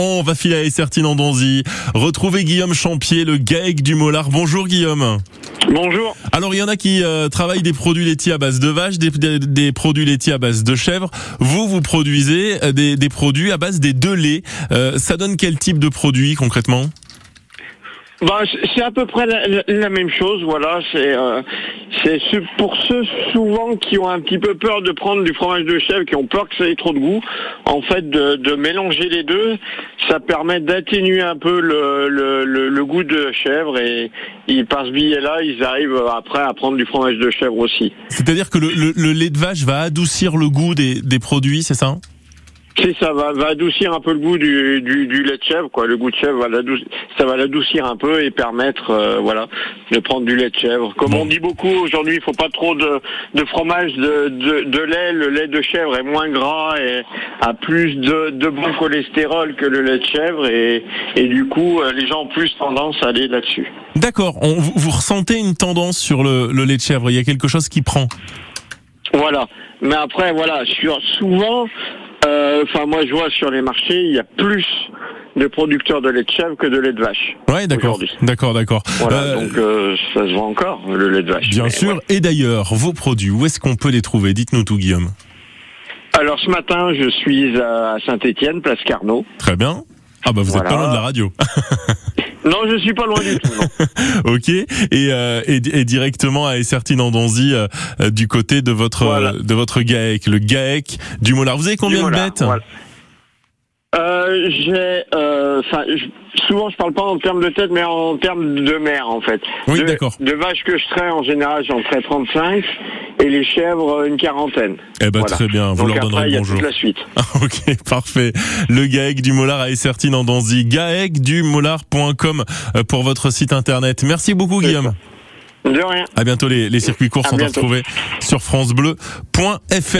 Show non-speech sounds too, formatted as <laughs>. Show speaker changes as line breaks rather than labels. On va filer à Essertine en Donzy. Retrouver Guillaume Champier, le GAEC du Mollard. Bonjour Guillaume.
Bonjour.
Alors il y en a qui euh, travaillent des produits laitiers à base de vache, des, des- des produits laitiers à base de chèvre. Vous, vous produisez euh, des, des produits à base des deux laits. Euh, ça donne quel type de produit concrètement
Bah, c- c'est à peu près la, la- la même chose, voilà. C'est euh, c'est ce- pour ceux souvent qui ont un petit peu peur de prendre du fromage de chèvre, qui ont peur que ça ait trop de goût. En fait, de, de mélanger les deux, ça permet d'atténuer un peu le, le, le- le goût de chèvre et, ils par ce biais-là, ils arrivent euh, après à prendre du fromage de chèvre aussi.
C'est-à-dire que le, le- le lait de vache va adoucir le goût des, des produits, c'est ça
C'est ça va, va adoucir un peu le goût du, du, du lait de chèvre, quoi. Le goût de chèvre va l'adoucir, ça va l'adoucir un peu et permettre, euh, voilà, de prendre du lait de chèvre. Comme
Bon.
on dit beaucoup aujourd'hui, il faut pas trop de, de fromage de, de, de lait. Le lait de chèvre est moins gras et a plus de, de bon cholestérol que le lait de chèvre et, et du coup, euh, les gens ont plus tendance à aller là-dessus.
D'accord, On- vous, vous ressentez une tendance sur le, le lait de chèvre, il y a quelque chose qui prend.
Voilà. Mais après, voilà, sur souvent, euh, enfin moi je vois sur les marchés, il y a plus de producteurs de lait de chèvre que de lait de vache.
Ouais, d'accord.
Aujourd'hui.
D'accord, d'accord.
Voilà,
Euh,
donc euh, ça se vend encore, le lait de vache.
Bien
Mais
sûr.
ouais.
Et d'ailleurs, vos produits, où est-ce qu'on peut les trouver Dites-nous tout, Guillaume.
Alors ce matin, je suis à Saint-Étienne, place Carnot.
Très bien. Ah bah vous
Voilà.
êtes pas loin de la radio. <laughs>
Non, je suis pas loin du tout. non.
ok. Et, euh, et, et directement à Essertine en Danzy, euh, euh, du côté de votre
Voilà.
euh, de votre GAEC, le GAEC du Mollard. Vous avez
Du
<laughs> combien de
Mollard,
bêtes
voilà. Euh, j'ai, euh, enfin, je- souvent je parle pas en termes de tête, mais en termes de mère en fait.
Oui,
De-
d'accord.
De vaches que je traite en général, j'en traite 35 et les chèvres une quarantaine.
Eh ben
Voilà.
très bien. Vous
donc
leur
après,
donnerez
il y
le
a
bonjour.
toute la suite.
<laughs> ok, parfait. Le GAEC du Mollard à Essertine en Danzy. GAEC du Mollard.com euh, pour votre site internet. Merci beaucoup,
C'est
Guillaume.
De rien.
À bientôt. Les, les circuits courts
À
sont à
bientôt.
retrouver sur francebleu.fr.